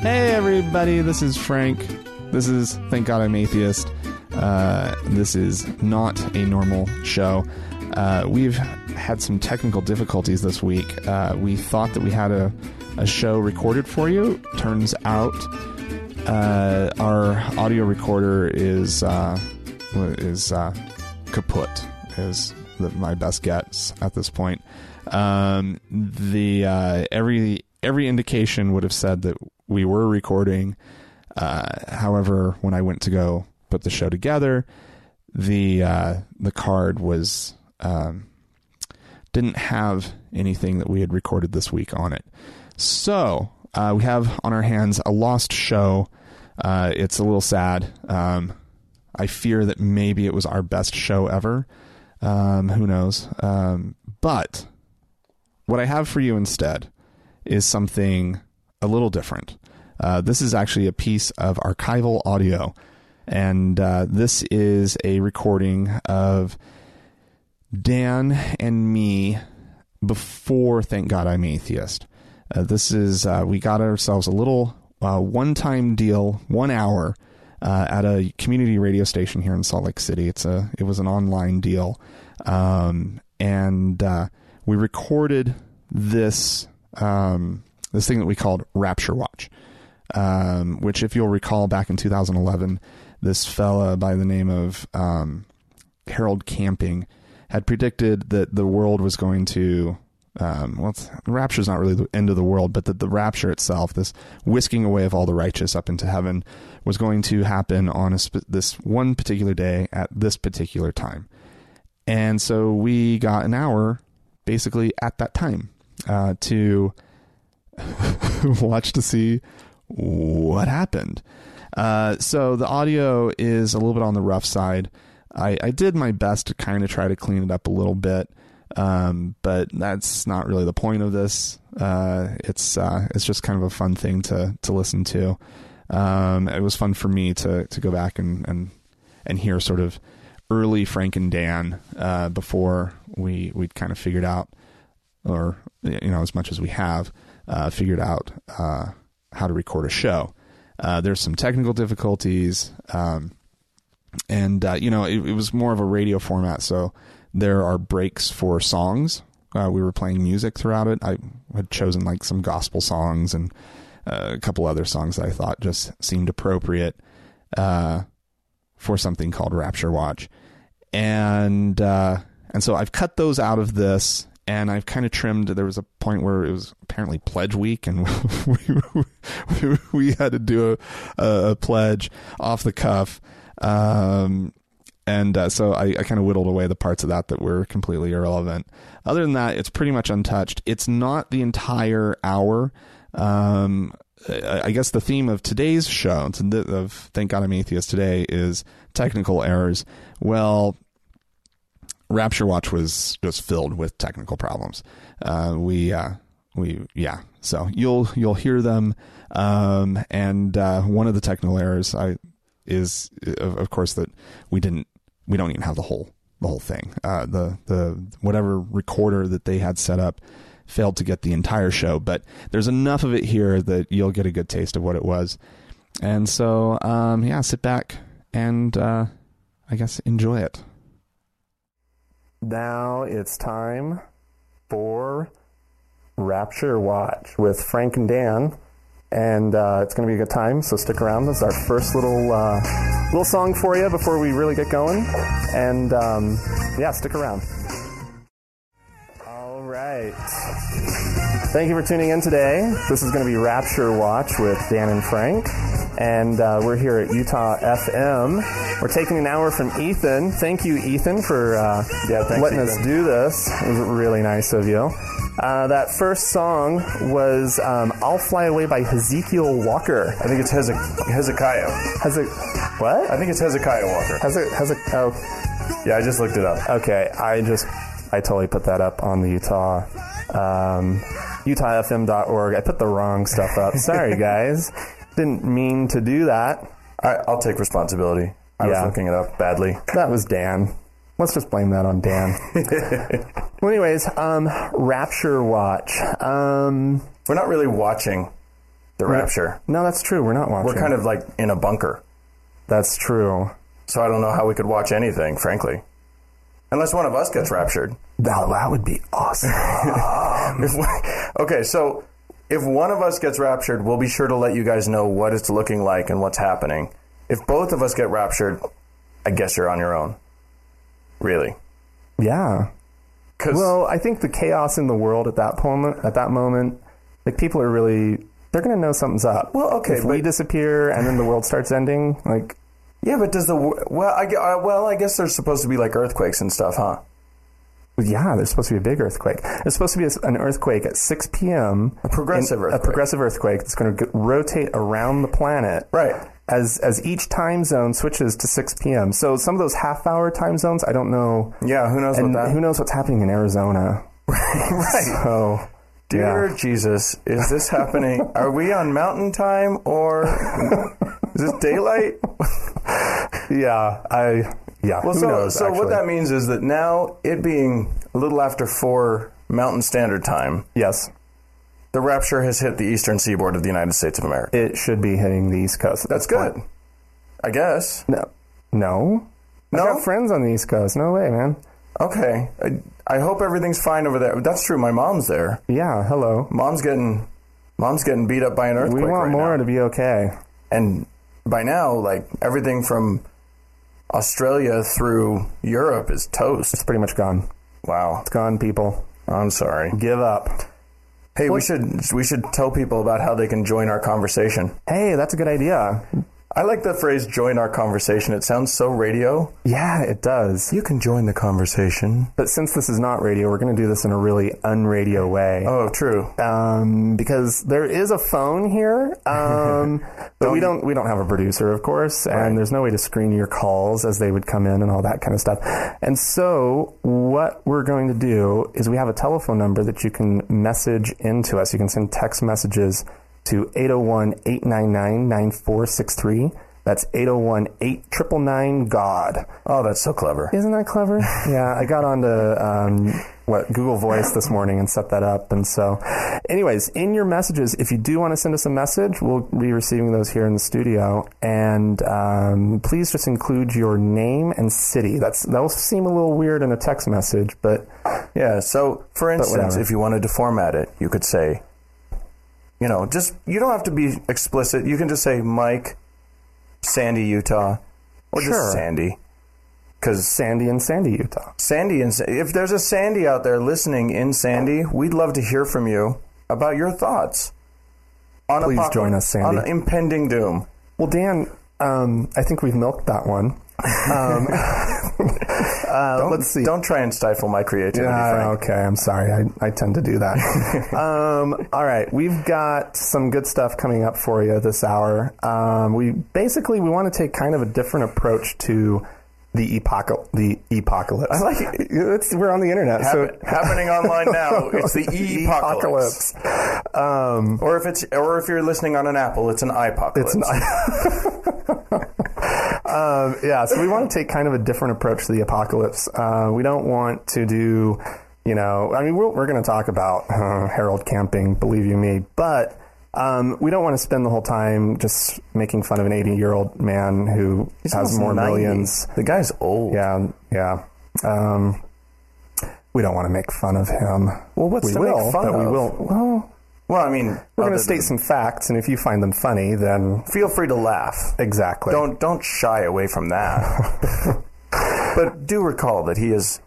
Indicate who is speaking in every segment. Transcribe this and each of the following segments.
Speaker 1: Hey, everybody, this is Frank. This is Thank God I'm Atheist. Uh, this is not a normal show. Uh, we've had some technical difficulties this week. Uh, we thought that we had a, a show recorded for you. Turns out uh, our audio recorder is uh, is uh, kaput, is the, my best guess at this point. Um, the uh, every every indication would have said that we were recording. Uh, however, when I went to go put the show together, the uh, the card was um, didn't have anything that we had recorded this week on it. So uh, we have on our hands a lost show. Uh, it's a little sad. Um, I fear that maybe it was our best show ever. Um, who knows? Um, but what I have for you instead is something a little different. Uh, this is actually a piece of archival audio, and uh, this is a recording of Dan and me before Thank God I'm Atheist. Uh, this is, uh, we got ourselves a little uh, one time deal, one hour. Uh, at a community radio station here in Salt Lake City, it's a it was an online deal, um, and uh, we recorded this um, this thing that we called Rapture Watch, um, which, if you'll recall, back in 2011, this fella by the name of um, Harold Camping had predicted that the world was going to. Um, well, it's, rapture's not really the end of the world, but that the rapture itself, this whisking away of all the righteous up into heaven, was going to happen on a sp- this one particular day at this particular time. And so we got an hour basically at that time uh, to watch to see what happened. Uh, so the audio is a little bit on the rough side. I, I did my best to kind of try to clean it up a little bit, um, but that's not really the point of this. Uh, it's uh, it's just kind of a fun thing to to listen to. Um, it was fun for me to to go back and and and hear sort of early Frank and Dan uh, before we we kind of figured out or you know as much as we have uh, figured out uh, how to record a show. Uh, there's some technical difficulties, um, and uh, you know it, it was more of a radio format, so there are breaks for songs. Uh, we were playing music throughout it. I had chosen like some gospel songs and uh, a couple other songs that I thought just seemed appropriate uh, for something called Rapture Watch, and uh, and so I've cut those out of this, and I've kind of trimmed. There was a point where it was apparently pledge week, and we we, we had to do a, a, a pledge off the cuff, um, and uh, so I, I kind of whittled away the parts of that that were completely irrelevant. Other than that, it's pretty much untouched. It's not the entire hour. Um, I I guess the theme of today's show, to the- of Thank God I'm Atheist today, is technical errors. Well, Rapture Watch was just filled with technical problems. Uh, we, uh, we, yeah. So you'll you'll hear them, um, and uh, one of the technical errors I, is, of, of course, that we didn't we don't even have the whole the whole thing. Uh, the the whatever recorder that they had set up failed to get the entire show, but there's enough of it here that you'll get a good taste of what it was. And so, um, yeah, sit back and uh, I guess enjoy it.
Speaker 2: Now it's time for Rapture Watch with Frank and Dan, and uh, it's going to be a good time. So stick around. This is our first little uh, little song for you before we really get going, and um, yeah, stick around. All right. Thank you for tuning in today. This is going to be Rapture Watch with Dan and Frank, and uh, we're here at Utah FM. We're taking an hour from Ethan. Thank you, Ethan, for uh,
Speaker 3: Yeah, thanks,
Speaker 2: letting us
Speaker 3: Ethan.
Speaker 2: do this. It was really nice of you. Uh, that first song was um, "I'll Fly Away" by Ezekiel Walker.
Speaker 3: I think it's Hezek- Hezekiah.
Speaker 2: Has it? What?
Speaker 3: I think it's Hezekiah Walker.
Speaker 2: Has it? Has it? Oh.
Speaker 3: Yeah, I just looked it up.
Speaker 2: Okay, I just I totally put that up on the Utah um, UtahFM.org. I put the wrong stuff up. Sorry, guys. Didn't mean to do that.
Speaker 3: I, I'll take responsibility. I
Speaker 2: Yeah.
Speaker 3: was looking it up badly.
Speaker 2: That was Dan. Let's just blame that on Dan. well, anyways, um, Rapture Watch. Um,
Speaker 3: We're not really watching the rapture.
Speaker 2: no, that's true. We're not watching.
Speaker 3: We're kind of like in a bunker.
Speaker 2: That's true.
Speaker 3: So I don't know how we could watch anything, frankly. Unless one of us gets raptured.
Speaker 2: Now that would be awesome.
Speaker 3: If we- okay, so if one of us gets raptured, we'll be sure to let you guys know what it's looking like and what's happening. If both of us get raptured, I guess you're on your own. Really.
Speaker 2: yeah.
Speaker 3: 'Cause-
Speaker 2: Well, I think the chaos in the world at that moment, at that moment, like people are really they're going to know something's up.
Speaker 3: Well, okay,
Speaker 2: if we
Speaker 3: but-
Speaker 2: disappear and then the world starts ending, like
Speaker 3: yeah, but does the wo- well? I gue- uh, well, I guess there's supposed to be like earthquakes and stuff, huh?
Speaker 2: yeah, there's supposed to be a big earthquake. There's supposed to be a- an earthquake at 6 p.m. A
Speaker 3: progressive
Speaker 2: a
Speaker 3: earthquake.
Speaker 2: progressive earthquake that's going to rotate around the planet.
Speaker 3: Right.
Speaker 2: As as each time zone switches to 6 p.m. So some of those half hour time zones, I don't know.
Speaker 3: Yeah, who knows
Speaker 2: And
Speaker 3: what that?
Speaker 2: who knows what's happening in Arizona?
Speaker 3: right.
Speaker 2: Oh,
Speaker 3: Dear
Speaker 2: yeah.
Speaker 3: Jesus, is this happening? Are we on mountain time or is this daylight?
Speaker 2: yeah, I yeah.
Speaker 3: Well,
Speaker 2: who
Speaker 3: so,
Speaker 2: knows?
Speaker 3: so what
Speaker 2: actually.
Speaker 3: that means is that now it being a little after four Mountain Standard Time,
Speaker 2: yes.
Speaker 3: the rapture has hit the eastern seaboard of the United States of America.
Speaker 2: it should be hitting the East Coast.
Speaker 3: That's good, I guess.
Speaker 2: No, no,
Speaker 3: No?
Speaker 2: I got friends on the East Coast. No way, man.
Speaker 3: Okay, I, I hope everything's fine over there. That's true. My mom's there.
Speaker 2: Yeah, hello.
Speaker 3: Mom's getting, mom's getting beat up by an earthquake.
Speaker 2: we want
Speaker 3: right
Speaker 2: more
Speaker 3: now.
Speaker 2: to be okay.
Speaker 3: and by now, like everything from Australia through Europe is toast.
Speaker 2: It's pretty much gone.
Speaker 3: Wow,
Speaker 2: It's gone, people.
Speaker 3: I'm sorry.
Speaker 2: Give up.
Speaker 3: Hey, we should we should tell people about how they can join our conversation.
Speaker 2: Hey, that's a good idea.
Speaker 3: I like the phrase "join our conversation." It sounds so radio.
Speaker 2: Yeah, it does.
Speaker 3: You can join the conversation.
Speaker 2: But since this is not radio, we're going to do this in a really unradio way.
Speaker 3: Oh, true.
Speaker 2: Um, because there is a phone here, um, but we don't we don't have a producer, of course, and there's no way to screen your calls as they would come in and all that kind of stuff. And so, what we're going to do is we have a telephone number that you can message into us. You can send text messages to 801-899-9463. That's 801 god
Speaker 3: Oh, that's so clever.
Speaker 2: isn't that clever? yeah, I got onto um, what Google Voice this morning and set that up. And so, anyways, in your messages, if you do want to send us a message, we'll be receiving those here in the studio. And um, please just include your name and city. That's that will seem a little weird in a text message, but
Speaker 3: Yeah. So, for instance,
Speaker 2: whatever.
Speaker 3: if you wanted to format it, you could say, you know, just you don't have to be explicit. You can just say Mike, Sandy, Utah, or
Speaker 2: Sure.
Speaker 3: just Sandy, because
Speaker 2: Sandy and Sandy, Utah.
Speaker 3: Sandy and if there's a Sandy out there listening in Sandy, we'd love to hear from you about your thoughts. On
Speaker 2: Please
Speaker 3: apoc-
Speaker 2: join us, Sandy.
Speaker 3: On impending doom.
Speaker 2: Well, Dan, um, I think we've milked that one. Um, uh, let's see.
Speaker 3: Don't try and stifle my creativity.
Speaker 2: Yeah,
Speaker 3: Frank.
Speaker 2: Ah, okay. I'm sorry. I, I tend to do that. um, all right, we've got some good stuff coming up for you this hour. Um, we basically we want to take kind of a different approach to the epocal the apocalypse. I like it. It's, we're on the internet, so Oh,
Speaker 3: Happen- happening online now. It's the e-apocalypse.
Speaker 2: apocalypse. Um,
Speaker 3: Or if it's or if you're listening on an Apple, it's an apocalypse.
Speaker 2: um, yeah, so we want to take kind of a different approach to the apocalypse. Uh, we don't want to do, you know, I mean, we're, we're going to talk about uh, Harold camping, believe you me, but um, we don't want to spend the whole time just making fun of an 80 year old man who has more millions.
Speaker 3: The guy's old.
Speaker 2: Yeah, yeah. Um, we don't want to make fun of him.
Speaker 3: Well, what's
Speaker 2: we
Speaker 3: to make
Speaker 2: will,
Speaker 3: fun
Speaker 2: but we
Speaker 3: of?
Speaker 2: will. Well,
Speaker 3: Well, I mean,
Speaker 2: we're going
Speaker 3: other
Speaker 2: to state some
Speaker 3: than-
Speaker 2: facts, and if you find them funny, then
Speaker 3: Feel free to laugh.
Speaker 2: exactly.
Speaker 3: Don't don't shy away from that. but do recall that he is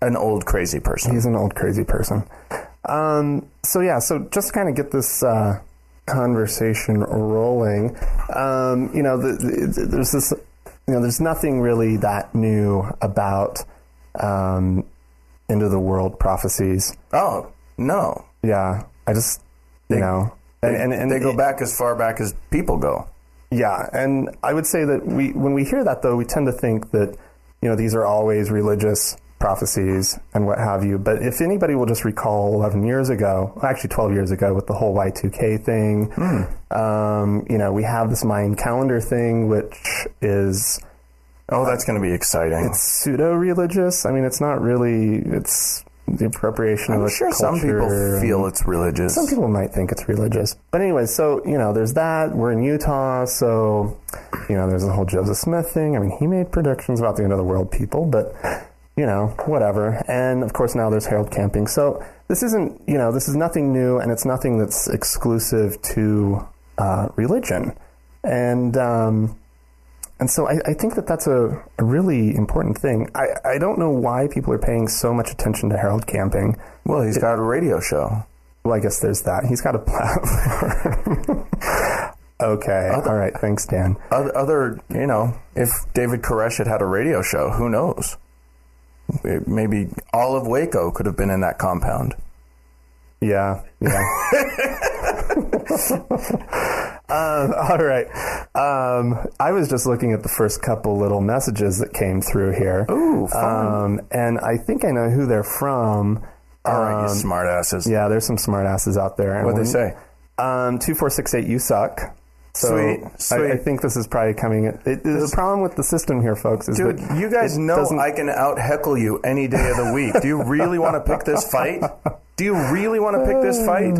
Speaker 3: an old crazy person.
Speaker 2: He's an old crazy person. Um, so yeah, so just to kind of get this uh, conversation rolling, um, you know, the, the, there's this, you know, there's nothing really that new about um, end of the world prophecies.
Speaker 3: Oh no,
Speaker 2: Yeah, I just, you know, and and, and
Speaker 3: they go back as far back as people go.
Speaker 2: Yeah, and I would say that we when we hear that though, we tend to think that you know these are always religious prophecies and what have you. But if anybody will just recall 11 years ago, actually 12 years ago, with the whole Y2K thing,
Speaker 3: Hmm.
Speaker 2: um, you know, we have this Mayan calendar thing, which is
Speaker 3: Oh, that's going to be exciting.
Speaker 2: pseudo religious. I mean, it's not really. It's the appropriation of
Speaker 3: I'm
Speaker 2: a
Speaker 3: sure
Speaker 2: culture.
Speaker 3: some people
Speaker 2: and-
Speaker 3: feel it's religious.
Speaker 2: some people might think it's religious. But anyway, so, you know, there's that. We're in Utah, so, you know, there's the whole Joseph Smith thing. I mean, he made predictions about the end of the world, people, but, you know, whatever. And of course, now there's Harold Camping. So this isn't, you know, this is nothing new and it's nothing that's exclusive to uh, religion. And, um, and so I, I think that that's a, a really important thing. I, I don't know why people are paying so much attention to Harold Camping.
Speaker 3: well, he's got a radio show.
Speaker 2: Well, I guess there's that. He's got a platform. okay. All right. Thanks, Dan.
Speaker 3: Oth- Other, you know, if David Koresh had had a radio show, who knows? It- Maybe all of Waco could have been in that compound.
Speaker 2: Yeah. Yeah. um, all right. Um, I was just looking at the first couple little messages that came through here.
Speaker 3: Ooh,
Speaker 2: Um, and I think I know who they're from.
Speaker 3: All right, you
Speaker 2: Um,
Speaker 3: smartasses.
Speaker 2: yeah, there's some smartasses out there. And
Speaker 3: Uh, What'd they
Speaker 2: when-
Speaker 3: say?
Speaker 2: Um, two four six eight. You suck. So I-
Speaker 3: Sweet,
Speaker 2: I,
Speaker 3: sweet.
Speaker 2: think this is probably coming. It, it, the problem with the system here, folks, is
Speaker 3: Dude,
Speaker 2: that
Speaker 3: you guys
Speaker 2: it
Speaker 3: know
Speaker 2: doesn't-
Speaker 3: I can out heckle you any day of the week. Do you really want to pick this fight? Do you really want to pick this fight?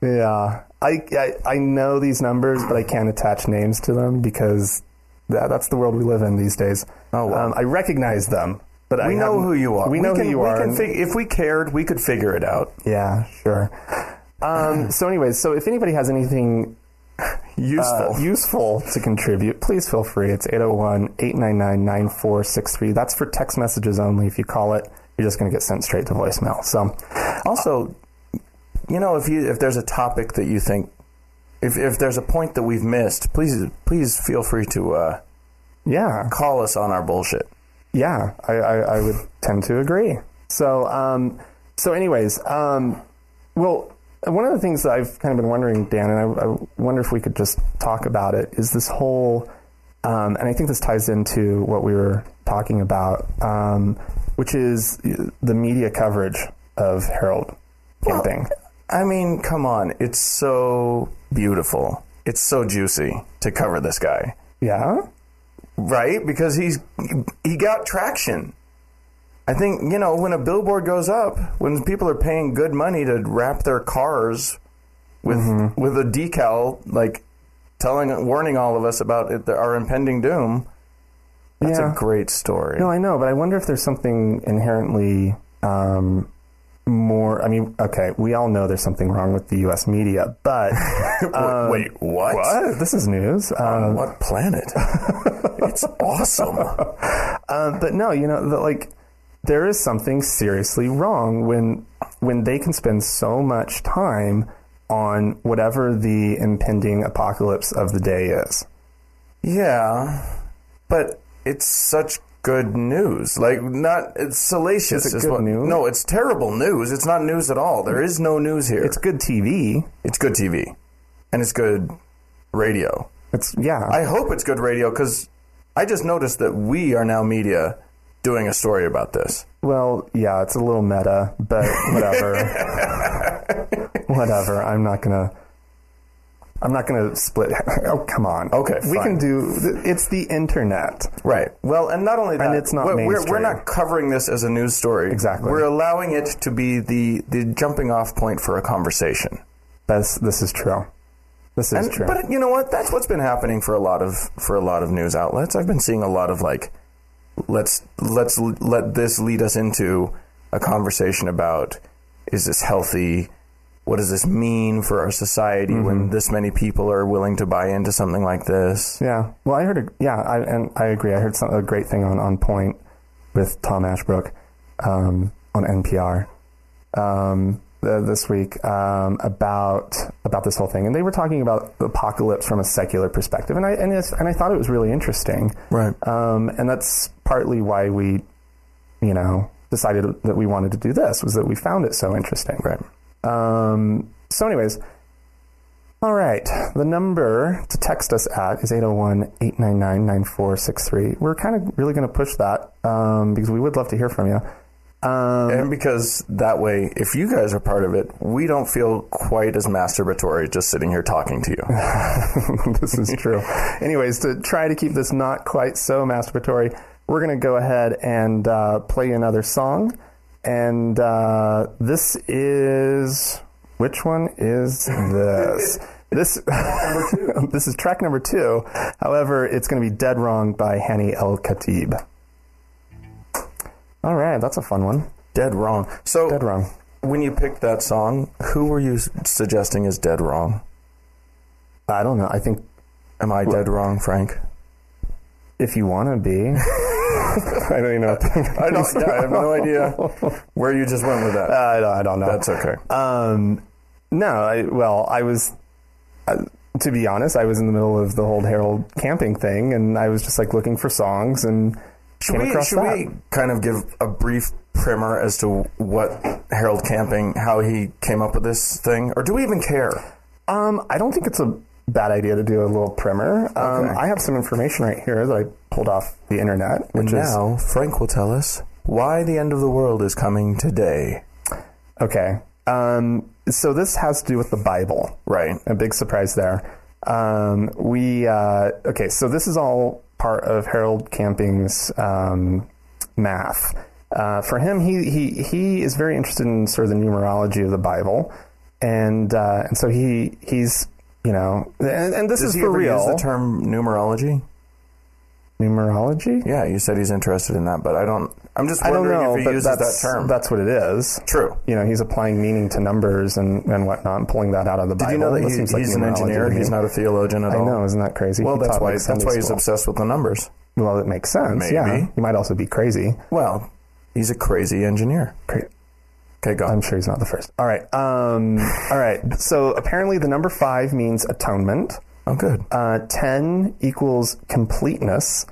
Speaker 2: Yeah, I, I I know these numbers, but I can't attach names to them because that, that's the world we live in these days.
Speaker 3: Oh, wow.
Speaker 2: um, I recognize them, but I
Speaker 3: We know
Speaker 2: haven't-
Speaker 3: who you are.
Speaker 2: We know
Speaker 3: can,
Speaker 2: who you
Speaker 3: we
Speaker 2: are.
Speaker 3: Can
Speaker 2: and-
Speaker 3: fig- if we cared, we could figure it out.
Speaker 2: yeah, sure. Um, so, anyways, so if anybody has anything
Speaker 3: Useful.
Speaker 2: uh, useful to contribute, please feel free. It's 801 899 9463. That's for text messages only. If you call it, you're just going to get sent straight to voicemail. So,
Speaker 3: Also, you know, if you if there's a topic that you think, if if there's a point that we've missed, please please feel free to uh,
Speaker 2: yeah.
Speaker 3: call us on our bullshit.
Speaker 2: Yeah, I, I, I would tend to agree. So, um, so anyways, um, well, one of the things that I've kind of been wondering, Dan, and I, I wonder if we could just talk about it, is this whole, um, and I think this ties into what we were talking about, um, which is the media coverage of Harold Camping.
Speaker 3: I mean, come on, it's so beautiful, it's so juicy to cover this guy,
Speaker 2: yeah,
Speaker 3: right? Because he's he got traction. I think you know when a billboard goes up, when people are paying good money to wrap their cars with
Speaker 2: Mm-hmm.
Speaker 3: with a decal like telling warning all of us about it, our impending doom. That's
Speaker 2: yeah.
Speaker 3: a great story.
Speaker 2: No, I know, but I wonder if there's something inherently um, more. I mean, okay, we all know there's something wrong with the U.S. media, but um,
Speaker 3: W- Wait, what? Uh.
Speaker 2: what? This is news. Um,
Speaker 3: What planet? it's awesome.
Speaker 2: uh, but no, you know, the, like there is something seriously wrong when when they can spend so much time on whatever the impending apocalypse of the day is.
Speaker 3: Yeah, but it's such good news. Like, not it's salacious.
Speaker 2: Is it
Speaker 3: is
Speaker 2: good
Speaker 3: what-
Speaker 2: news?
Speaker 3: No, it's terrible news. It's not news at all. There is no news here.
Speaker 2: It's good TV.
Speaker 3: it's good TV, and it's good radio.
Speaker 2: It's yeah.
Speaker 3: I hope it's good radio because I just noticed that we are now media doing a story about this.
Speaker 2: Well, yeah, it's a little meta, but whatever. whatever. I'm not gonna. I'm not gonna split. Oh, come on.
Speaker 3: Okay,
Speaker 2: we can
Speaker 3: fine.
Speaker 2: do. It's the internet.
Speaker 3: Right. Well, and not only that,
Speaker 2: it's not
Speaker 3: we're, we're, we're
Speaker 2: mainstream.
Speaker 3: not covering this as a news story.
Speaker 2: Exactly.
Speaker 3: We're allowing it to be the, the jumping off point for a conversation.
Speaker 2: That's this is true. This is
Speaker 3: And-
Speaker 2: true.
Speaker 3: But you know what? That's what's been happening for a lot of for a lot of news outlets. I've been seeing a lot of like, let's let's l- let this lead us into a conversation about is this healthy? What does this mean for our society when this many people are willing to buy into something like this?
Speaker 2: Mm-hmm. yeah. Well, I heard. A, yeah, I, and I agree. I heard some, a great thing on on point with Tom Ashbrook um, on NPR. Um, uh, this week um, about about this whole thing, and they were talking about the apocalypse from a secular perspective, and I and, it's, and I thought it was really interesting.
Speaker 3: Right.
Speaker 2: Um, and that's partly why we, you know, decided that we wanted to do this was that we found it so interesting.
Speaker 3: Right.
Speaker 2: Um, so, anyways, all right. The number to text us at is 801 899 9463. We're kind of really going to push that um, because we would love to hear from Um, you.
Speaker 3: and because that way, if you guys are part of it, we don't feel quite as masturbatory just sitting here talking to you.
Speaker 2: this is true. Anyways, to try to keep this not quite so masturbatory, we're going to go ahead and uh, play another song. And uh, this is. Which one is this? This this is track number two. However, it's going to be "Dead Wrong" by Hani El Khatib. All right, that's a fun one.
Speaker 3: Dead wrong. So
Speaker 2: Dead wrong.
Speaker 3: When you picked that song, who were you s- suggesting is dead wrong?
Speaker 2: I don't know. I think
Speaker 3: Am I dead wrong, Frank?
Speaker 2: if you want to be, I don't even know. What that
Speaker 3: I don't.
Speaker 2: means.
Speaker 3: I have no idea where you just went with that.
Speaker 2: I don't. I don't know.
Speaker 3: That's okay.
Speaker 2: Um, no, I, well, I was, uh, to be honest, I was in the middle of the whole Herald camping thing, and I was just like looking for songs and
Speaker 3: Should
Speaker 2: came
Speaker 3: we,
Speaker 2: across
Speaker 3: should
Speaker 2: that.
Speaker 3: we kind of give a brief primer as to what Harold Camping, how he came up with this thing, or do we even care?
Speaker 2: Um, I don't think it's a bad idea to do a little primer. Um,
Speaker 3: Okay.
Speaker 2: I have some information right here that I pulled off the internet, which is
Speaker 3: now Frank will tell us why the end of the world is coming today.
Speaker 2: okay. Um, so this has to do with the Bible,
Speaker 3: Right.
Speaker 2: a big surprise there. Um, we uh, okay, so this is all part of Harold Camping's um, math. Uh, for him, he, he he is very interested in sort of the numerology of the Bible, and uh, and so he he's you know and, and this
Speaker 3: Does
Speaker 2: is
Speaker 3: he
Speaker 2: for
Speaker 3: ever
Speaker 2: real
Speaker 3: use the term numerology?
Speaker 2: numerology.
Speaker 3: Yeah, you said he's interested in that, but I don't. I'm just
Speaker 2: I don't
Speaker 3: wondering
Speaker 2: know,
Speaker 3: if he
Speaker 2: but
Speaker 3: uses
Speaker 2: that's
Speaker 3: that term.
Speaker 2: that's what it is.
Speaker 3: true.
Speaker 2: You know, he's applying meaning to numbers and, and whatnot, and pulling that out of the
Speaker 3: Did
Speaker 2: Bible.
Speaker 3: you know that
Speaker 2: This
Speaker 3: he,
Speaker 2: seems like
Speaker 3: he's an
Speaker 2: numerology
Speaker 3: engineer?
Speaker 2: to me.
Speaker 3: He's not a theologian at
Speaker 2: I
Speaker 3: all.
Speaker 2: know, isn't that crazy?
Speaker 3: Well,
Speaker 2: He
Speaker 3: that's
Speaker 2: taught,
Speaker 3: why
Speaker 2: like,
Speaker 3: that's
Speaker 2: Sunday
Speaker 3: why he's
Speaker 2: school.
Speaker 3: obsessed with the numbers.
Speaker 2: Well, it makes sense. Yeah,
Speaker 3: Maybe.
Speaker 2: you might also be crazy.
Speaker 3: Well, he's a crazy engineer.
Speaker 2: Cra-
Speaker 3: Okay, go.
Speaker 2: I'm sure he's not the first. All right. Um, all right. So apparently, the number five means atonement.
Speaker 3: oh, good.
Speaker 2: Uh, Ten equals completeness,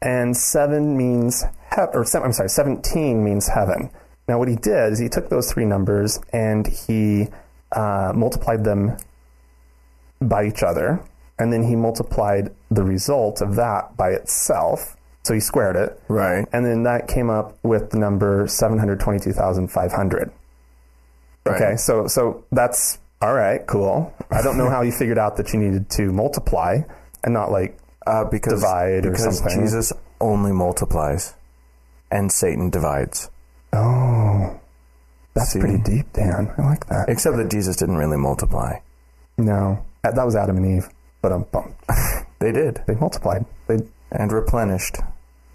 Speaker 2: and seven means he- or seven, I'm sorry, seventeen means heaven. Now, what he did is he took those three numbers and he uh, multiplied them by each other, and then he multiplied the result of that by itself. So he squared it,
Speaker 3: Right.
Speaker 2: and then that came up with the number 722,500.
Speaker 3: Right.
Speaker 2: Okay, so so that's all right, cool. I don't know how you figured out that you needed to multiply and not like
Speaker 3: Uh, because
Speaker 2: Divide or
Speaker 3: because
Speaker 2: something.
Speaker 3: Jesus only multiplies, and Satan divides.
Speaker 2: oh, that's
Speaker 3: See?
Speaker 2: pretty deep, Dan. I like that.
Speaker 3: Except that Jesus didn't really multiply.
Speaker 2: no, that that was Adam and Eve, but um, bum.
Speaker 3: They did
Speaker 2: they multiplied. They
Speaker 3: and replenished.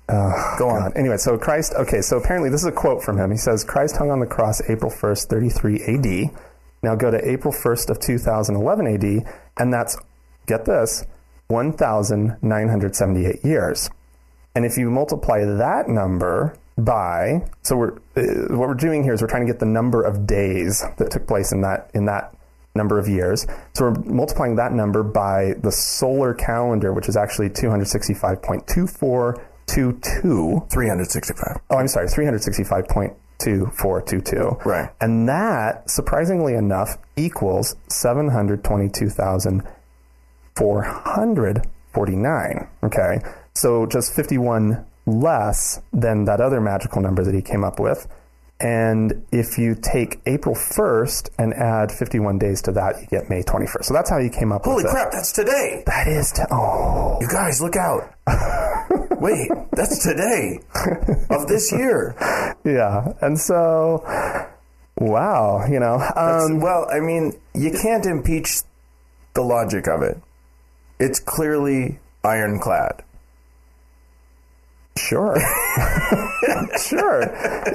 Speaker 3: go on.
Speaker 2: God. Anyway, so Christ, okay, so apparently this is a quote from him. He says, Christ hung on the cross April 1st, 33 AD. Now go to April 1st of 2011 AD, and that's, get this, 1,978 years. And if you multiply that number by, so we're, uh, what we're doing here is we're trying to get the number of days that took place in that, in that number of years. So we're multiplying that number by the solar calendar, which is actually 265.2422.
Speaker 3: Three hundred sixty-five.
Speaker 2: Oh, I'm sorry, 365.2422.
Speaker 3: Right.
Speaker 2: And that, surprisingly enough, equals 722,449. Okay. So just 51 less than that other magical number that he came up with. And if you take April 1st and add 51 days to that, you get May 21st. So that's how you came up
Speaker 3: Holy
Speaker 2: with
Speaker 3: crap! That's today.
Speaker 2: it. That is, t- oh,
Speaker 3: You guys, look out! Wait, that's today of this year.
Speaker 2: yeah. And so, wow, you know, um,
Speaker 3: well, I mean, you can't impeach the logic of it. It's clearly ironclad.
Speaker 2: Sure. sure.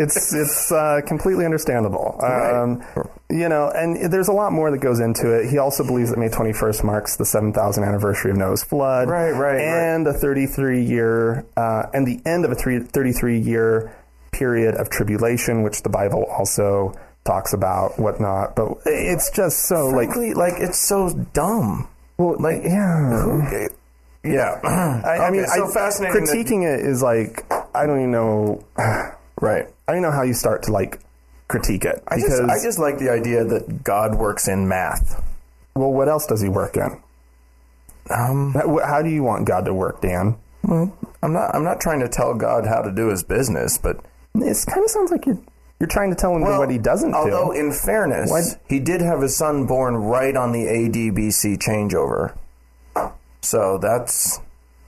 Speaker 2: It's it's uh, completely understandable. Um, You know, and there's a lot more that goes into it. He also believes that May 21st marks the 7,000th anniversary of Noah's flood.
Speaker 3: Right, right, right.
Speaker 2: And a 33 year, uh, and the end of a three, 33 year period of tribulation, which the Bible also talks about whatnot. But it's just so like
Speaker 3: Frankly, like, it's so dumb.
Speaker 2: well, like yeah.
Speaker 3: Yeah.
Speaker 2: I, I mean,
Speaker 3: Okay, so
Speaker 2: I,
Speaker 3: fascinating. that-
Speaker 2: critiquing it is like I don't even know. I
Speaker 3: right.
Speaker 2: don't know how you start to like critique it
Speaker 3: I
Speaker 2: because
Speaker 3: just, I just like the idea that God works in math.
Speaker 2: well, what else does he work in?
Speaker 3: Um,
Speaker 2: How, wh- how do you want God to work, Dan?
Speaker 3: well, I'm not. I'm not trying to tell God how to do His business, but
Speaker 2: This kind of sounds like you're you're trying to tell him what he doesn't
Speaker 3: although
Speaker 2: do.
Speaker 3: in fairness,
Speaker 2: What?
Speaker 3: he did have his son born right on the ADBC changeover. So that's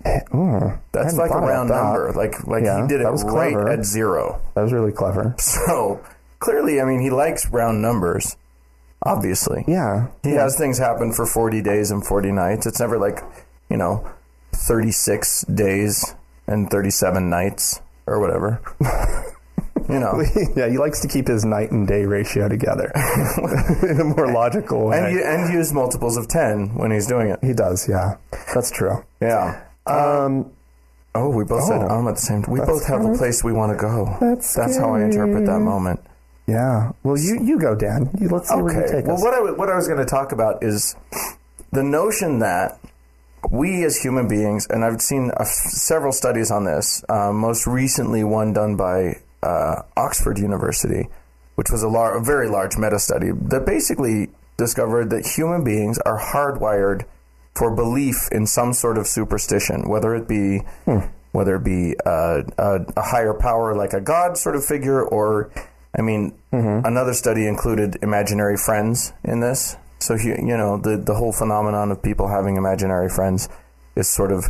Speaker 2: Mm, I
Speaker 3: that's
Speaker 2: hadn't
Speaker 3: like a
Speaker 2: thought about
Speaker 3: round
Speaker 2: that.
Speaker 3: number. Like like
Speaker 2: Yeah,
Speaker 3: he did it
Speaker 2: that was
Speaker 3: right
Speaker 2: clever.
Speaker 3: at zero.
Speaker 2: That was really clever.
Speaker 3: So clearly, I mean, he likes round numbers. Obviously,
Speaker 2: Yeah.
Speaker 3: He has things happen for 40 days and 40 nights. It's never like, you know, 36 days and 37 nights or whatever. you know.
Speaker 2: yeah, he likes to keep his night and day ratio together in a more logical way.
Speaker 3: And, you, and use multiples of 10 when he's doing it.
Speaker 2: he does, yeah. That's true.
Speaker 3: Yeah. Uh,
Speaker 2: Um,
Speaker 3: Oh, we both said
Speaker 2: Oh.
Speaker 3: um at the same time. We
Speaker 2: That's
Speaker 3: both have a
Speaker 2: kinda-
Speaker 3: place we want to go.
Speaker 2: That's
Speaker 3: That's how I interpret that
Speaker 2: scary.
Speaker 3: moment.
Speaker 2: yeah. Well, you, you go, Dan. You, let's see where you
Speaker 3: Okay.
Speaker 2: take
Speaker 3: Well,
Speaker 2: us.
Speaker 3: what I, w- what I was going to talk about is the notion that we as human beings, and I've seen a f- several studies on this, uh, most recently one done by uh, Oxford University, which was a, lar- a very large meta study that basically discovered that human beings are hardwired for belief in some sort of superstition, whether it be.
Speaker 2: Hmm.
Speaker 3: Whether it be uh, a, a higher power like a god sort of figure, or I mean,
Speaker 2: Mm-hmm.
Speaker 3: another study included imaginary friends in this. So you, you know the the whole phenomenon of people having imaginary friends is sort of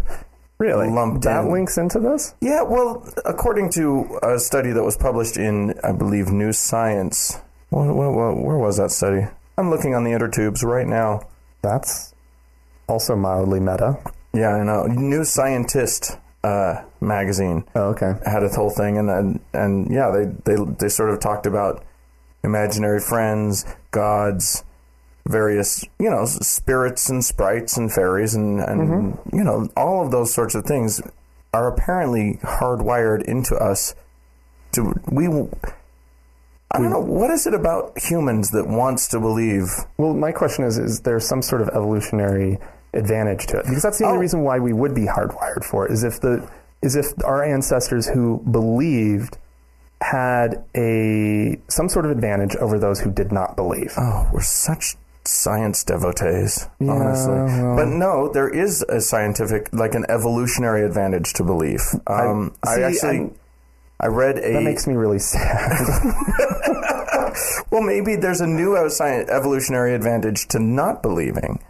Speaker 2: really?
Speaker 3: lumped
Speaker 2: that
Speaker 3: in.
Speaker 2: links into this?
Speaker 3: Yeah, well, according to a study that was published in I believe New Science. Wh- wh- wh- where was that study? I'm looking on the intertubes right now.
Speaker 2: That's also mildly meta.
Speaker 3: Yeah, I know. New Scientist uh, magazine.
Speaker 2: Oh, okay.
Speaker 3: had a whole thing, and and, and yeah, they, they they sort of talked about imaginary friends, gods, various you know s- spirits and sprites and fairies and and you know all of those sorts of things are apparently hardwired into us. To we, I don't know what is it about humans that wants to believe.
Speaker 2: Well, my question is is there some sort of evolutionary advantage to it? Because that's the only
Speaker 3: Oh.
Speaker 2: reason why we would be hardwired for it is if the is if our ancestors who believed had a some sort of advantage over those who did not believe.
Speaker 3: Oh, we're such science devotees, honestly.
Speaker 2: well.
Speaker 3: But no, there is a scientific, like an evolutionary advantage to belief. Um, I,
Speaker 2: see,
Speaker 3: actually,
Speaker 2: I'm-
Speaker 3: I read a.
Speaker 2: That makes me really sad.
Speaker 3: well, maybe there's a new ev- sci- evolutionary advantage to not believing.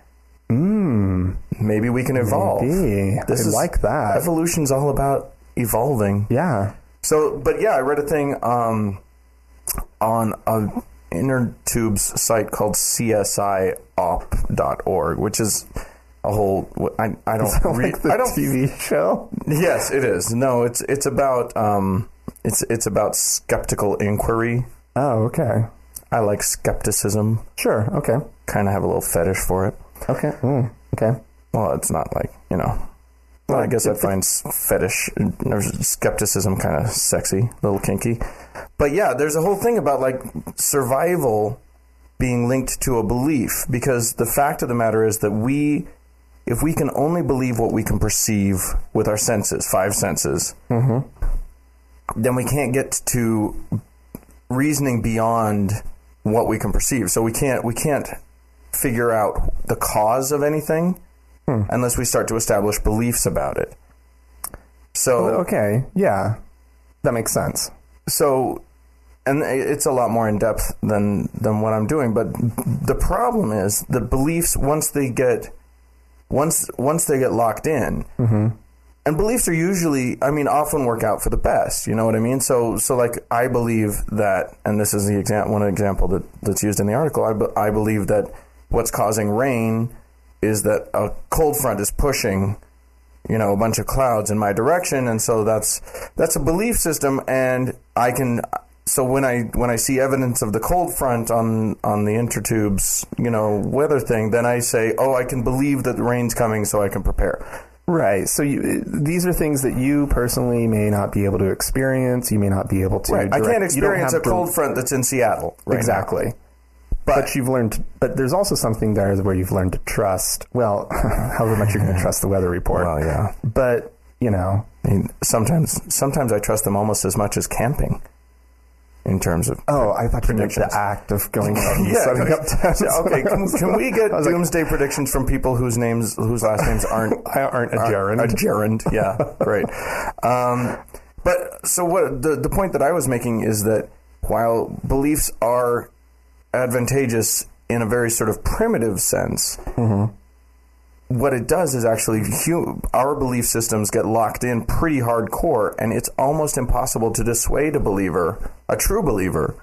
Speaker 3: Mm. Maybe we can evolve.
Speaker 2: Hmm. Maybe. I like that.
Speaker 3: Evolution's all about evolving.
Speaker 2: yeah.
Speaker 3: So, but yeah, I read a thing um, on a inner tubes site called csiop.org, which is a whole. I, I don't read.
Speaker 2: like the
Speaker 3: I don't.
Speaker 2: TV show.
Speaker 3: Yes, it is. No, it's it's about um, it's it's about skeptical inquiry.
Speaker 2: Oh, okay.
Speaker 3: I like skepticism.
Speaker 2: Sure. Okay.
Speaker 3: Kind of have a little fetish for it.
Speaker 2: Okay. Mm, okay.
Speaker 3: Well, it's not like you know. Well, I guess I find s- fetish or skepticism kind of sexy, a little kinky. But yeah, there's a whole thing about like survival being linked to a belief because the fact of the matter is that we, if we can only believe what we can perceive with our senses, five senses, then we can't get to reasoning beyond what we can perceive. So we can't we can't figure out the cause of anything unless we start to establish beliefs about it.
Speaker 2: Oh.
Speaker 3: So
Speaker 2: Okay. Yeah. That makes sense.
Speaker 3: so and it's a lot more in depth than than what I'm doing but the problem is the beliefs once they get once once they get locked in and beliefs are usually I mean often work out for the best you know what I mean so so like I believe that and this is the example one example that that's used in the article I, be- I believe that what's causing rain is that a cold front is pushing you know a bunch of clouds in my direction and so that's that's a belief system and i can so when i when i see evidence of the cold front on on the intertubes you know weather thing then i say oh i can believe that the rain's coming so i can prepare
Speaker 2: Right. So you, these are things that you personally may not be able to experience. You may not be able to.
Speaker 3: Right. I
Speaker 2: direct-
Speaker 3: can't
Speaker 2: you don't
Speaker 3: experience
Speaker 2: have
Speaker 3: a cold
Speaker 2: dir-
Speaker 3: front that's in Seattle. Right now.
Speaker 2: exactly. But, you've learned. But there's also something there where you've learned to trust. Well, however much you're going to trust the weather report.
Speaker 3: Well, yeah.
Speaker 2: But you know,
Speaker 3: I mean, sometimes, sometimes I trust them almost as much as camping. In terms of
Speaker 2: oh, I thought you meant the
Speaker 3: Predictions.
Speaker 2: act of going out and
Speaker 3: Yeah,
Speaker 2: setting up tents.
Speaker 3: Yeah,
Speaker 2: I
Speaker 3: okay, can,
Speaker 2: was
Speaker 3: can
Speaker 2: like-
Speaker 3: we get
Speaker 2: I was like,
Speaker 3: doomsday predictions from people whose names, whose last names aren't
Speaker 2: aren't Uh, a gerund.
Speaker 3: A Uh, gerund, yeah, right. Um, but so what? The the point that I was making is that while beliefs are advantageous in a very sort of primitive sense. What it does is actually hu- our belief systems get locked in pretty hardcore, and it's almost impossible to dissuade a believer, a true believer,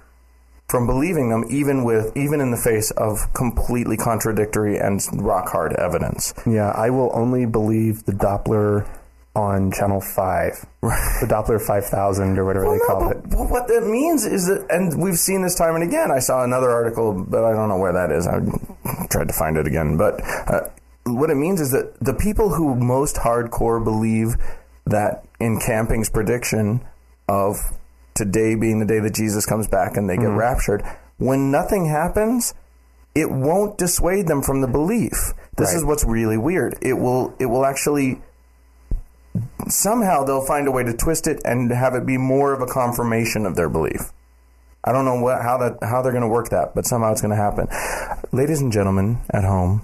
Speaker 3: from believing them even with even in the face of completely contradictory and rock hard evidence.
Speaker 2: Yeah, I will only believe the Doppler on channel five, the Doppler five thousand or whatever they call
Speaker 3: Well, no,
Speaker 2: it.
Speaker 3: but- but what that means is that, and we've seen this time and again. I saw another article, but I don't know where that is. I tried to find it again, but uh, what it means is that the people who most hardcore believe that in Camping's prediction of today being the day that Jesus comes back and they
Speaker 2: Hmm.
Speaker 3: get raptured, when nothing happens, it won't dissuade them from the belief. This is what's really weird. It will it will actually somehow they'll find a way to twist it and have it be more of a confirmation of their belief. I don't know what, how that how they're going to work that, but somehow it's going to happen. Ladies and gentlemen at home,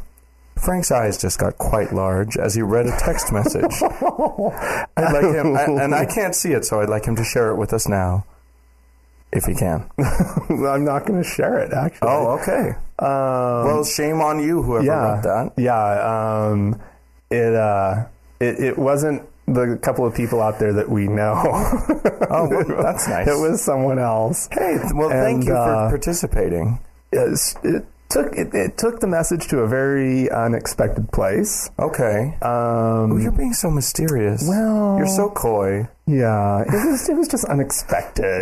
Speaker 3: Frank's eyes just got quite large as he read a text message. I'd like him, I, and I can't see it, so I'd like him to share it with us now, if he can.
Speaker 2: Well, I'm not going to share it actually.
Speaker 3: Oh, okay.
Speaker 2: Um,
Speaker 3: well, shame on you, whoever
Speaker 2: yeah,
Speaker 3: wrote that.
Speaker 2: yeah. Um, it, uh, it it wasn't the couple of people out there that we know.
Speaker 3: Oh, well, that's nice.
Speaker 2: it was someone else.
Speaker 3: Hey, well,
Speaker 2: And,
Speaker 3: thank you for
Speaker 2: uh,
Speaker 3: participating.
Speaker 2: it's- it took it, it took the message to a very unexpected place.
Speaker 3: Okay.
Speaker 2: Um,
Speaker 3: Well, Oh, you're being so mysterious.
Speaker 2: Well-
Speaker 3: you're so coy.
Speaker 2: Yeah, it was, it was just unexpected.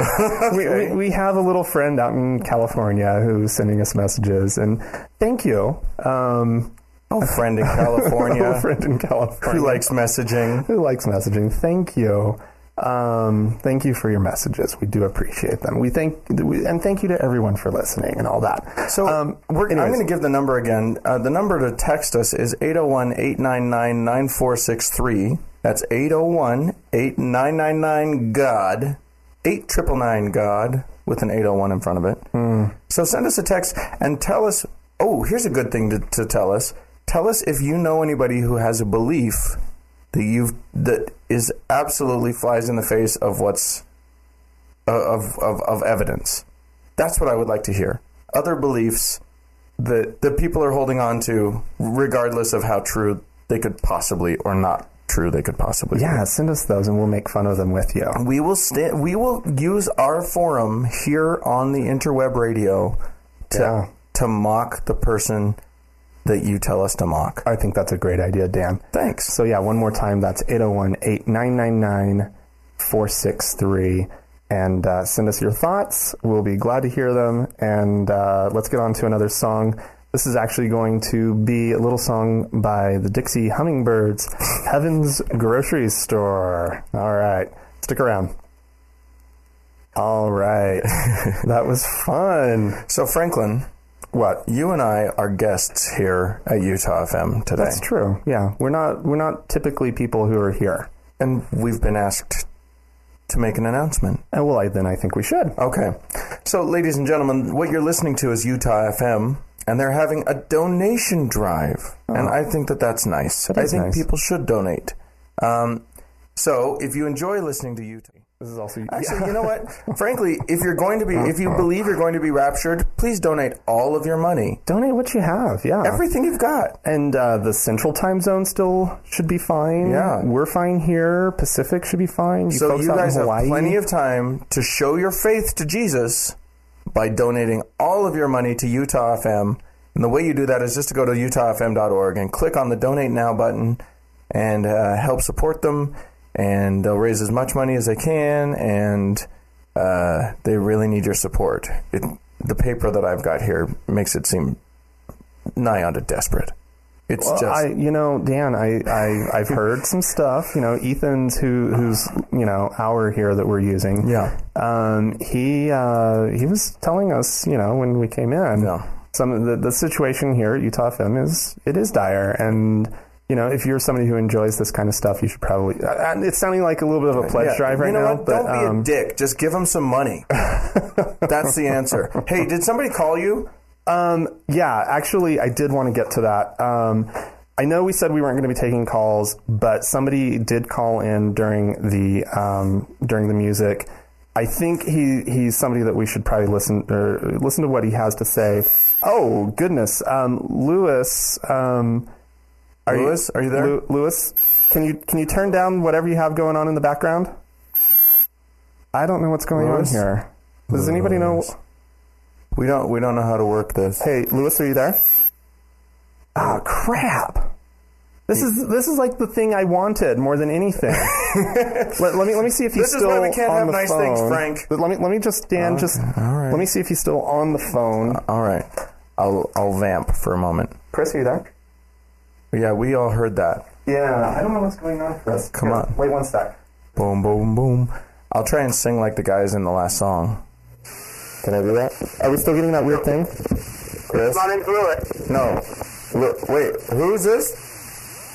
Speaker 2: we, we, we have a little friend out in California who's sending us messages, and thank you. Um,
Speaker 3: Oh, friend in
Speaker 2: a little
Speaker 3: California
Speaker 2: friend in California
Speaker 3: who likes messaging.
Speaker 2: who likes messaging. Thank you. Um, thank you for your messages. We do appreciate them. We thank we, and thank you to everyone for listening and all that.
Speaker 3: So
Speaker 2: um,
Speaker 3: we're, I'm
Speaker 2: anyways.
Speaker 3: going to give the number again. Uh, the number to text us is 801 899 9463. That's 801 8999 God, 8999 God with an 801 in front of it. So send us a text and tell us. Oh, here's a good thing to, to tell us. Tell us if you know anybody who has a belief that you've that is absolutely flies in the face of what's uh, of of, of evidence. That's what I would like to hear. Other beliefs that that people are holding on to, regardless of how true they could possibly or not true they could possibly. be.
Speaker 2: yeah, send us those and we'll make fun of them with you.
Speaker 3: We will sta we will use our forum here on the interweb radio to
Speaker 2: Yeah.
Speaker 3: to mock the person that you tell us to mock.
Speaker 2: I think that's a great idea, Dan.
Speaker 3: Thanks.
Speaker 2: So, yeah, one more time, that's 801-8999-463. And uh, send us your thoughts. We'll be glad to hear them. And uh, let's get on to another song. This is actually going to be a little song by the Dixie Hummingbirds, Heaven's Grocery Store. All right, stick around. All right, that was fun.
Speaker 3: So Franklin,
Speaker 2: What?
Speaker 3: you and I are guests here at Utah FM today,
Speaker 2: That's true. Yeah, we're not we're not typically people who are here.
Speaker 3: and we've been asked to make an announcement.
Speaker 2: And Uh, well, I, then I think we should.
Speaker 3: Okay. So, ladies and gentlemen, what you're listening to is Utah FM, and they're having a donation drive. And I think that that's nice. I
Speaker 2: Oh. is
Speaker 3: think
Speaker 2: nice.
Speaker 3: people should donate. Um, so, if you enjoy listening to Utah.
Speaker 2: This is also
Speaker 3: Actually, you know what? Frankly, if you're going to be, if you believe you're going to be raptured, please donate all of your money,
Speaker 2: donate what you have. Yeah,
Speaker 3: everything you've got.
Speaker 2: and uh, the Central Time Zone still should be fine.
Speaker 3: Yeah.
Speaker 2: we're fine here. Pacific should be fine. You
Speaker 3: So
Speaker 2: folks
Speaker 3: you
Speaker 2: out in
Speaker 3: guys have
Speaker 2: Hawaii,
Speaker 3: plenty of time to show your faith to Jesus by donating all of your money to Utah FM. And the way you do that is just to go to utahfm.org and click on the donate now button and uh, help support them. And they'll raise as much money as they can. And uh, they really need your support. It, the paper that I've got here makes it seem nigh onto desperate. It's
Speaker 2: Well,
Speaker 3: just
Speaker 2: I, you know, Dan, I, I, I've heard some stuff. You know, Ethan's who, who's, you know, our here that we're using.
Speaker 3: Yeah.
Speaker 2: Um, he, uh, he was telling us, you know, when we came in,
Speaker 3: Yeah.
Speaker 2: some of the, the situation here at Utah Film is, it is dire. And, you know, if you're somebody who enjoys this kind of stuff, you should probably, uh, uh, it's sounding like a little bit of a pledge
Speaker 3: Yeah,
Speaker 2: drive right
Speaker 3: you know
Speaker 2: now,
Speaker 3: What?
Speaker 2: but,
Speaker 3: Don't be
Speaker 2: um,
Speaker 3: a dick. Just give them some money. That's the answer. Hey, did somebody call you?
Speaker 2: Um, yeah, actually, I did want to get to that. Um, I know we said we weren't going to be taking calls, but somebody did call in during the um, during the music. I think he, he's somebody that we should probably listen or listen to what he has to say. Oh goodness, um, Lewis, um, are
Speaker 3: Lewis, are you there?
Speaker 2: Lew- Lewis, can you can you turn down whatever you have going on in the background? I don't know what's going
Speaker 3: Lewis?
Speaker 2: on here. Does anybody know?
Speaker 3: Lewis. We don't. We don't know how to work this.
Speaker 2: Hey, Lewis, are you there? Oh crap! This is this is like the thing I wanted more than anything. let, let me let me see if he's
Speaker 3: This is
Speaker 2: still
Speaker 3: why we can't
Speaker 2: on
Speaker 3: have
Speaker 2: the
Speaker 3: nice
Speaker 2: phone.
Speaker 3: things, Frank.
Speaker 2: Let me let me just Dan just
Speaker 3: all right.
Speaker 2: let me see if he's still on the phone.
Speaker 3: All right. I'll I'll vamp for a moment.
Speaker 2: Uh, Chris, are you there?
Speaker 3: Yeah, we all heard that.
Speaker 2: Yeah, I don't know what's going on, Chris.
Speaker 3: Come on.
Speaker 2: wait one sec.
Speaker 3: Boom, boom, boom. I'll try and sing like the guys in the last song.
Speaker 2: Can I do that? Are we still getting that weird thing?
Speaker 3: Chris? No. Lu- Wait, who's this?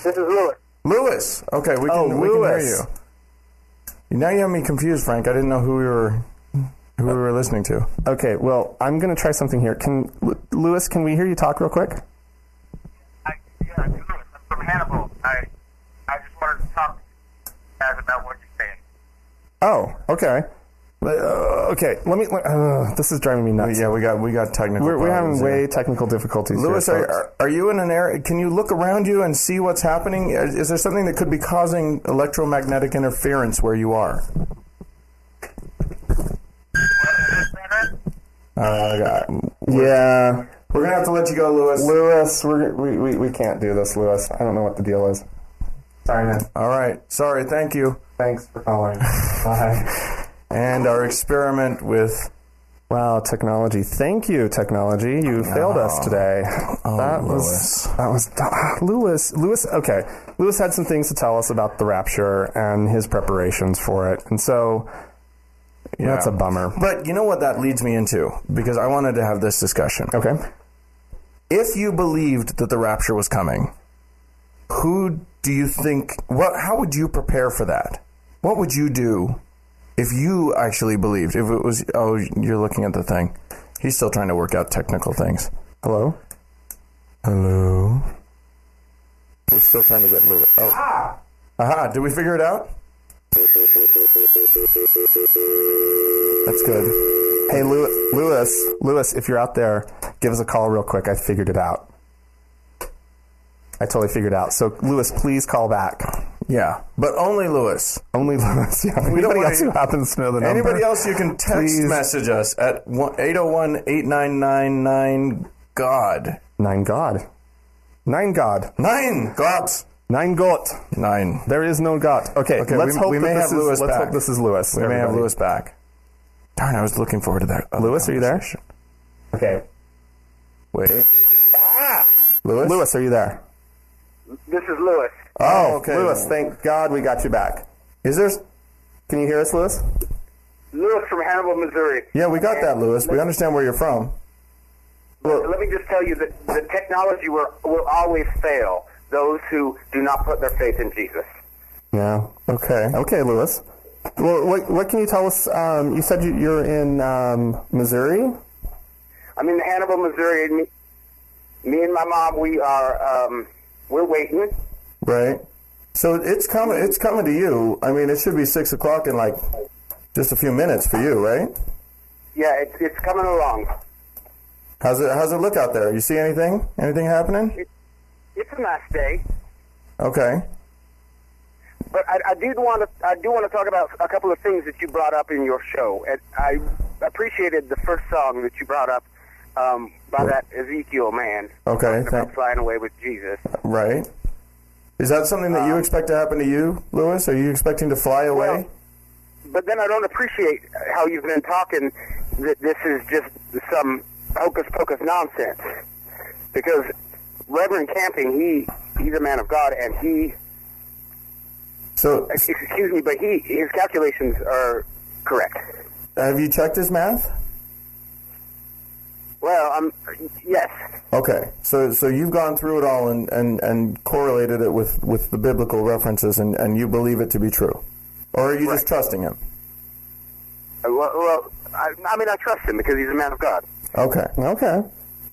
Speaker 4: This is Lewis.
Speaker 3: Lewis. Okay, we can,
Speaker 2: Oh,
Speaker 3: we can hear
Speaker 2: Lewis.
Speaker 3: you. Now you have me confused, Frank. I didn't know who we were who we were listening to.
Speaker 2: Okay, well I'm gonna try something here. Can Lu- Lewis? Can we hear you talk real quick?
Speaker 4: I, yeah, I'm Lewis. I'm from Hannibal. I, I just wanted to talk to you guys about what you're saying.
Speaker 2: Oh, okay. Uh, okay, let me. let- Uh, this is driving me nuts.
Speaker 3: Yeah, we got we got technical.
Speaker 2: We're, we're having
Speaker 3: problems here.
Speaker 2: way technical difficulties.
Speaker 3: Lewis,
Speaker 2: here,
Speaker 3: are,
Speaker 2: folks.
Speaker 3: are- are you in an area? Can you look around you and see what's happening? Is, is there something that could be causing electromagnetic interference where you are?
Speaker 4: Well, is this better?
Speaker 3: Uh,
Speaker 2: yeah,
Speaker 3: we're gonna have to let you go, Lewis.
Speaker 2: Lewis, we're, we we we can't do this, Lewis. I don't know what the deal is. Sorry, man.
Speaker 3: All right. Sorry. Thank you.
Speaker 2: Thanks for calling. Bye.
Speaker 3: And our experiment with
Speaker 2: Wow, technology. Thank you, technology. You failed us today. that
Speaker 3: Lewis.
Speaker 2: was that was ah, Lewis. Lewis. Okay, Lewis had some things to tell us about the rapture and his preparations for it, and so that's a bummer.
Speaker 3: But you know what that leads me into because I wanted to have this discussion.
Speaker 2: Okay.
Speaker 3: If you believed that the rapture was coming, who do you think? What? How would you prepare for that? What would you do if you actually believed? If it was, oh, you're looking at the thing. He's still trying to work out technical things.
Speaker 2: Hello.
Speaker 3: Hello. We're still trying to get rid of. Oh. Ah! Aha! Did we figure it out?
Speaker 2: That's good. Hey, Lew- Lewis, Lewis, if you're out there, give us a call real quick. I figured it out. I totally figured it out. So, Lewis, please call back.
Speaker 3: Yeah, but only Lewis.
Speaker 2: Only Lewis. Yeah.
Speaker 3: We don't
Speaker 2: Anybody
Speaker 3: want
Speaker 2: else who
Speaker 3: any-
Speaker 2: happens to know the number.
Speaker 3: Anybody else, you can text
Speaker 2: Please.
Speaker 3: message us at 801 God.
Speaker 2: Nine God. Nine God.
Speaker 3: Nine God.
Speaker 2: Nine God.
Speaker 3: Nine.
Speaker 2: There is no God. Okay,
Speaker 3: Okay,
Speaker 2: let's
Speaker 3: we-
Speaker 2: hope
Speaker 3: we
Speaker 2: that
Speaker 3: may
Speaker 2: this
Speaker 3: have
Speaker 2: is,
Speaker 3: Lewis
Speaker 2: Let's
Speaker 3: back.
Speaker 2: hope this is Lewis.
Speaker 3: We Oh, may have
Speaker 2: everybody.
Speaker 3: Lewis back. Darn, I was looking forward to that. other
Speaker 2: Lewis, are you there?
Speaker 3: conversation.
Speaker 2: Okay.
Speaker 3: Wait. Ah! Lewis?
Speaker 2: Lewis, are you there?
Speaker 4: This is Lewis.
Speaker 3: Oh,
Speaker 2: Lewis, thank God we got you back.
Speaker 3: Is there.
Speaker 2: Can you hear us, Lewis?
Speaker 4: Lewis from Hannibal, Missouri.
Speaker 3: Yeah, we got that, Lewis. We understand where you're from.
Speaker 4: Let me just tell you that the technology will, will always fail those who do not put their faith in Jesus.
Speaker 2: Yeah. Okay. Okay, Lewis. Well, what, what can you tell us? Um, you said you, you're in um, Missouri.
Speaker 4: I'm in Hannibal, Missouri. And me, me and my mom, we are, um, we're waiting.
Speaker 3: Right. So it's coming. It's coming to you. I mean, it should be six o'clock in like just a few minutes for you, right?
Speaker 4: Yeah, it's it's coming along.
Speaker 3: How's it? How's it look out there? You see anything? Anything happening?
Speaker 4: It's a nice day.
Speaker 3: Okay.
Speaker 4: But I, I did want to I do want to talk about a couple of things that you brought up in your show, and I appreciated the first song that you brought up um, by that Ezekiel man.
Speaker 3: Okay,
Speaker 4: talking about
Speaker 3: thank-
Speaker 4: flying away with Jesus.
Speaker 3: Right. Is that something that you expect to happen to you, Lewis? Are you expecting to fly away?
Speaker 4: But then I don't appreciate how you've been talking that this is just some hocus pocus nonsense, because Reverend Camping, he he's a man of God, and he
Speaker 3: So,
Speaker 4: excuse me, but he his calculations are correct.
Speaker 3: have you checked his math?
Speaker 4: Well, um, yes,
Speaker 3: Okay, so so you've gone through it all and, and, and correlated it with, with the biblical references, and, and you believe it to be true, or are you just trusting him?
Speaker 4: Uh, well, well I, I mean, I trust him because he's a man of God.
Speaker 3: Okay,
Speaker 2: Okay.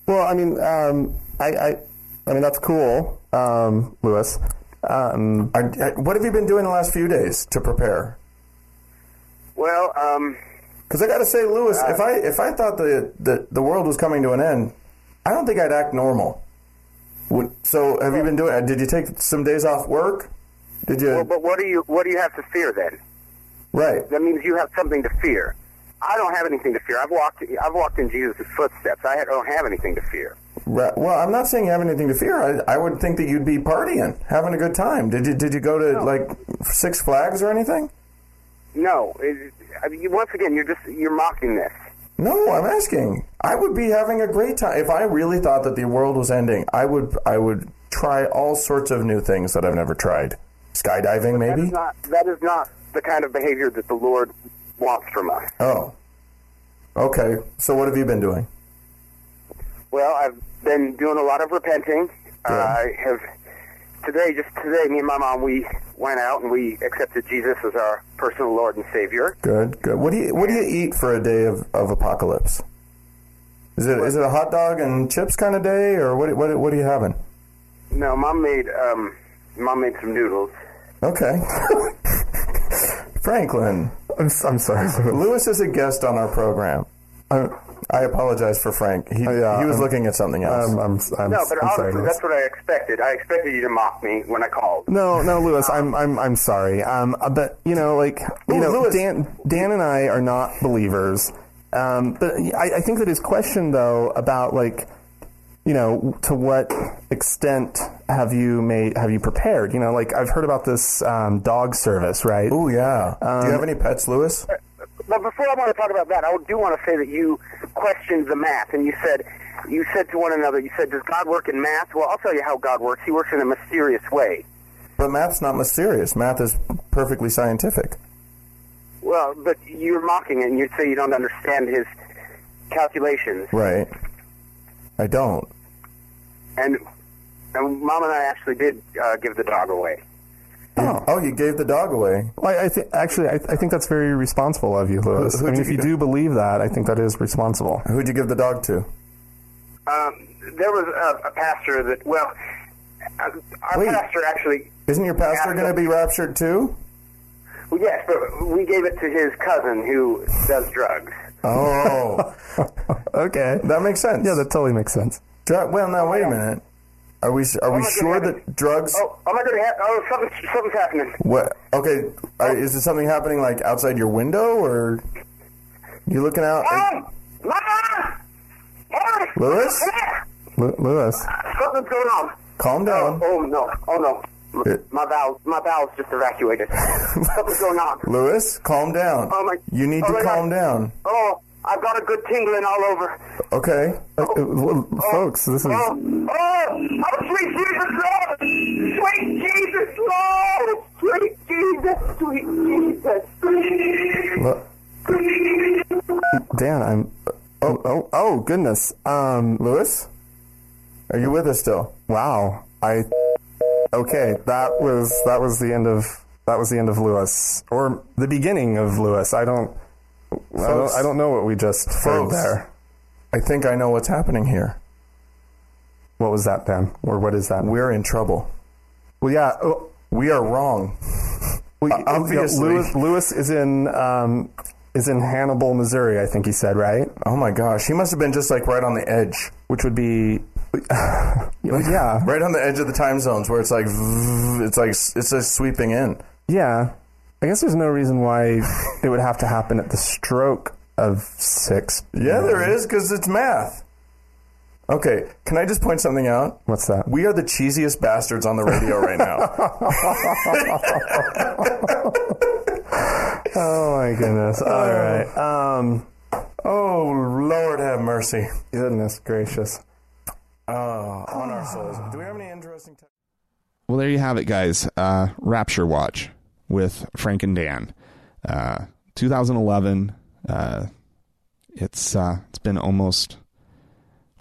Speaker 2: Well, I mean, um, I, I, I mean that's cool, um, Lewis. Um,
Speaker 3: Are, uh, what have you been doing the last few days to prepare?
Speaker 4: Well, um,
Speaker 3: Because I got to say, Lewis, if I if I thought the, the the world was coming to an end, I don't think I'd act normal. Would- So, have you been doing? uh, Did you take some days off work? Did you?
Speaker 4: well, but what do you what do you have to fear then?
Speaker 3: right.
Speaker 4: That means you have something to fear. I don't have anything to fear. I've walked I've walked in Jesus' footsteps. I don't have anything to fear.
Speaker 3: Right. Well, I'm not saying you have anything to fear. I, I would think that you'd be partying, having a good time. Did you Did you go to like Six Flags or anything?
Speaker 4: No, it, I mean, you- once again, you're just you're mocking this.
Speaker 3: No, I'm asking. I would be having a great time if I really thought that the world was ending. I would I would try all sorts of new things that I've never tried. Skydiving,
Speaker 4: That
Speaker 3: maybe.
Speaker 4: is not that is not the kind of behavior that the Lord wants from us.
Speaker 3: oh. Okay. So what have you been doing?
Speaker 4: Well, I've been doing a lot of repenting. Uh, I have today, just today, me and my mom we went out and we accepted Jesus as our personal Lord and Savior.
Speaker 3: Good. Good. What do you What do you eat for a day of, of apocalypse? Is it Is it a hot dog and chips kind of day, or what What What are you having?
Speaker 4: No, mom made um, mom made some noodles.
Speaker 3: Okay. Franklin,
Speaker 2: I'm, s- I'm sorry.
Speaker 3: Lewis is a guest on our program.
Speaker 2: I'm,
Speaker 3: I apologize for Frank. He,
Speaker 2: Uh, yeah, um,
Speaker 3: he was
Speaker 2: I'm-
Speaker 3: looking at something else.
Speaker 2: I'm, I'm, s- I'm,
Speaker 4: No,
Speaker 2: s-
Speaker 4: but
Speaker 2: I'm sorry,
Speaker 4: honestly,
Speaker 2: Lewis.
Speaker 4: that's what I expected. I expected you to mock me when I called.
Speaker 2: No, no, Lewis, I'm, I'm, I'm sorry. Um, uh, but you know, like you
Speaker 3: Ooh,
Speaker 2: know,
Speaker 3: Lewis.
Speaker 2: Dan, Dan and I are not believers. Um, but I, I think that his question though about like, you know, to what extent have you made, have you prepared? You know, like I've heard about this um, dog service, right? Um,
Speaker 3: oh yeah. Do you have any pets, Lewis?
Speaker 4: But before I want to talk about that, I do want to say that you questioned the math, and you said, you said to one another, you said, "Does God work in math?" Well, I'll tell you how God works. He works in a mysterious way.
Speaker 3: But math's not mysterious. Math is perfectly scientific.
Speaker 4: Well, but you're mocking it, and you say you don't understand his calculations.
Speaker 3: Right. I don't.
Speaker 4: And and Mom and I actually did uh, give the dog away.
Speaker 3: Oh. you gave the dog away.
Speaker 2: Well, I think actually, I, I think that's very responsible of you, Lewis.
Speaker 3: Who-
Speaker 2: I mean,
Speaker 3: who
Speaker 2: if
Speaker 3: did
Speaker 2: you do
Speaker 3: you-
Speaker 2: believe that, I think that is responsible.
Speaker 3: Who'd you give the dog to?
Speaker 4: Um, there was a, a pastor that, well, uh, our
Speaker 3: Wait.
Speaker 4: pastor actually,
Speaker 3: Isn't your pastor
Speaker 4: Yeah.
Speaker 3: going to be raptured too?
Speaker 4: well, yes, but we gave it to his cousin who does drugs.
Speaker 3: Oh,
Speaker 2: Okay,
Speaker 3: that makes sense.
Speaker 2: yeah, that totally makes sense.
Speaker 3: Dra- well, now wait a minute. Are we are we
Speaker 4: my
Speaker 3: sure
Speaker 4: goodness.
Speaker 3: that drugs?
Speaker 4: Oh, oh my goodness! Oh, something, something's happening.
Speaker 3: What? Okay, uh, is it something happening like outside your window, or you looking out?
Speaker 4: Mom, Mom, Hey!
Speaker 3: Lewis?
Speaker 2: Lu- Lewis,
Speaker 4: Something's going on.
Speaker 3: Calm down,
Speaker 4: Oh no! Oh no!
Speaker 3: Yeah.
Speaker 4: M- My bowels, my bowels just evacuated. Something's going on.
Speaker 3: Lewis. Calm down.
Speaker 4: Oh my-
Speaker 3: You need
Speaker 4: oh
Speaker 3: to
Speaker 4: my
Speaker 3: calm
Speaker 4: God.
Speaker 3: down.
Speaker 4: Oh, I've got a good tingling all over.
Speaker 3: Okay.
Speaker 2: Uh, uh, well, folks,
Speaker 3: Hmm.
Speaker 2: this is
Speaker 4: Oh, oh, oh, sweet Jesus Lord, sweet Jesus Lord, sweet Jesus, sweet Jesus.
Speaker 3: Look,
Speaker 2: Dan. I'm. Oh, oh, oh, goodness. Um,
Speaker 3: Lewis, are you with us still?
Speaker 2: wow. I. Okay, that was that was the end of that was the end of Lewis, or the beginning of Lewis. I don't. I don't,
Speaker 3: Folks.
Speaker 2: I don't know what we just heard
Speaker 3: Folks.
Speaker 2: there.
Speaker 3: I think I know what's happening here.
Speaker 2: What was that, Dan? Or what is that?
Speaker 3: We're in trouble.
Speaker 2: Well, yeah. oh,
Speaker 3: We are wrong.
Speaker 2: Well,
Speaker 3: Uh,
Speaker 2: you-
Speaker 3: obviously.
Speaker 2: Lewis, Lewis is in um, is in Hannibal, Missouri. I think he said right,
Speaker 3: Oh my gosh, he must have been just like right on the edge,
Speaker 2: which would be yeah,
Speaker 3: right on the edge of the time zones, where it's like it's like it's just sweeping in.
Speaker 2: yeah. I guess there's no reason why it would have to happen at the stroke of six.
Speaker 3: Yeah, there is because it's math. Okay, can I just point something out?
Speaker 2: What's that?
Speaker 3: We are the cheesiest bastards on the radio right now.
Speaker 2: Oh my goodness! All right. Um,
Speaker 3: oh Lord, have mercy.
Speaker 2: goodness gracious.
Speaker 3: Oh, on our souls. Do we have any interesting? T-
Speaker 1: Well, there you have it, guys. Uh, Rapture Watch with Frank and Dan, uh, 2011. Uh, it's uh, it's been almost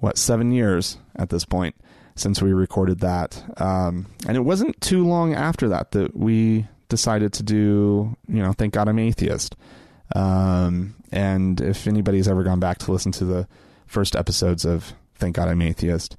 Speaker 1: what seven years at this point since we recorded that, um, and it wasn't too long after that that we decided to do you know Thank God I'm Atheist. Um, and if anybody's ever gone back to listen to the first episodes of Thank God I'm Atheist,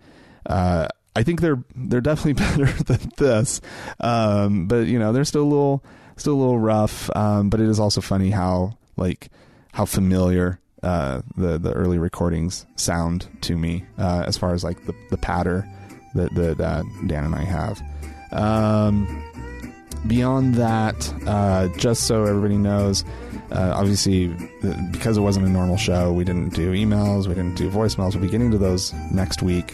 Speaker 1: uh, I think they're they're definitely better than this. Um, but you know, they're still a little still a little rough. Um, but it is also funny how like how familiar uh, the the early recordings sound to me uh, as far as like the the patter that that uh, Dan and I have. Um, beyond that, uh, just so everybody knows, uh, obviously, th- because it wasn't a normal show, we didn't do emails, we didn't do voicemails. We'll be getting to those next week.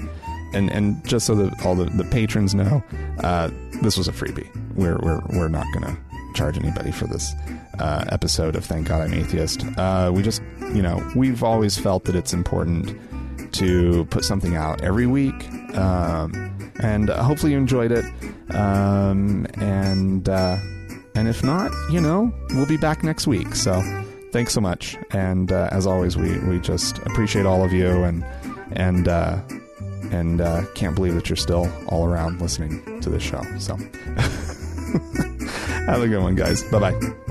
Speaker 1: And, and just so that all the, the patrons know, uh, this was a freebie. We're, we're, we're not going to charge anybody for this uh, episode of Thank God I'm Atheist. Uh, we just, you know, we've always felt that it's important to put something out every week. Um, and uh, hopefully you enjoyed it. Um, and uh, and if not, you know, we'll be back next week. So thanks so much. And uh, as always, we, we just appreciate all of you and and uh, and uh, can't believe that you're still all around listening to this show. So have a good one, guys. Bye bye.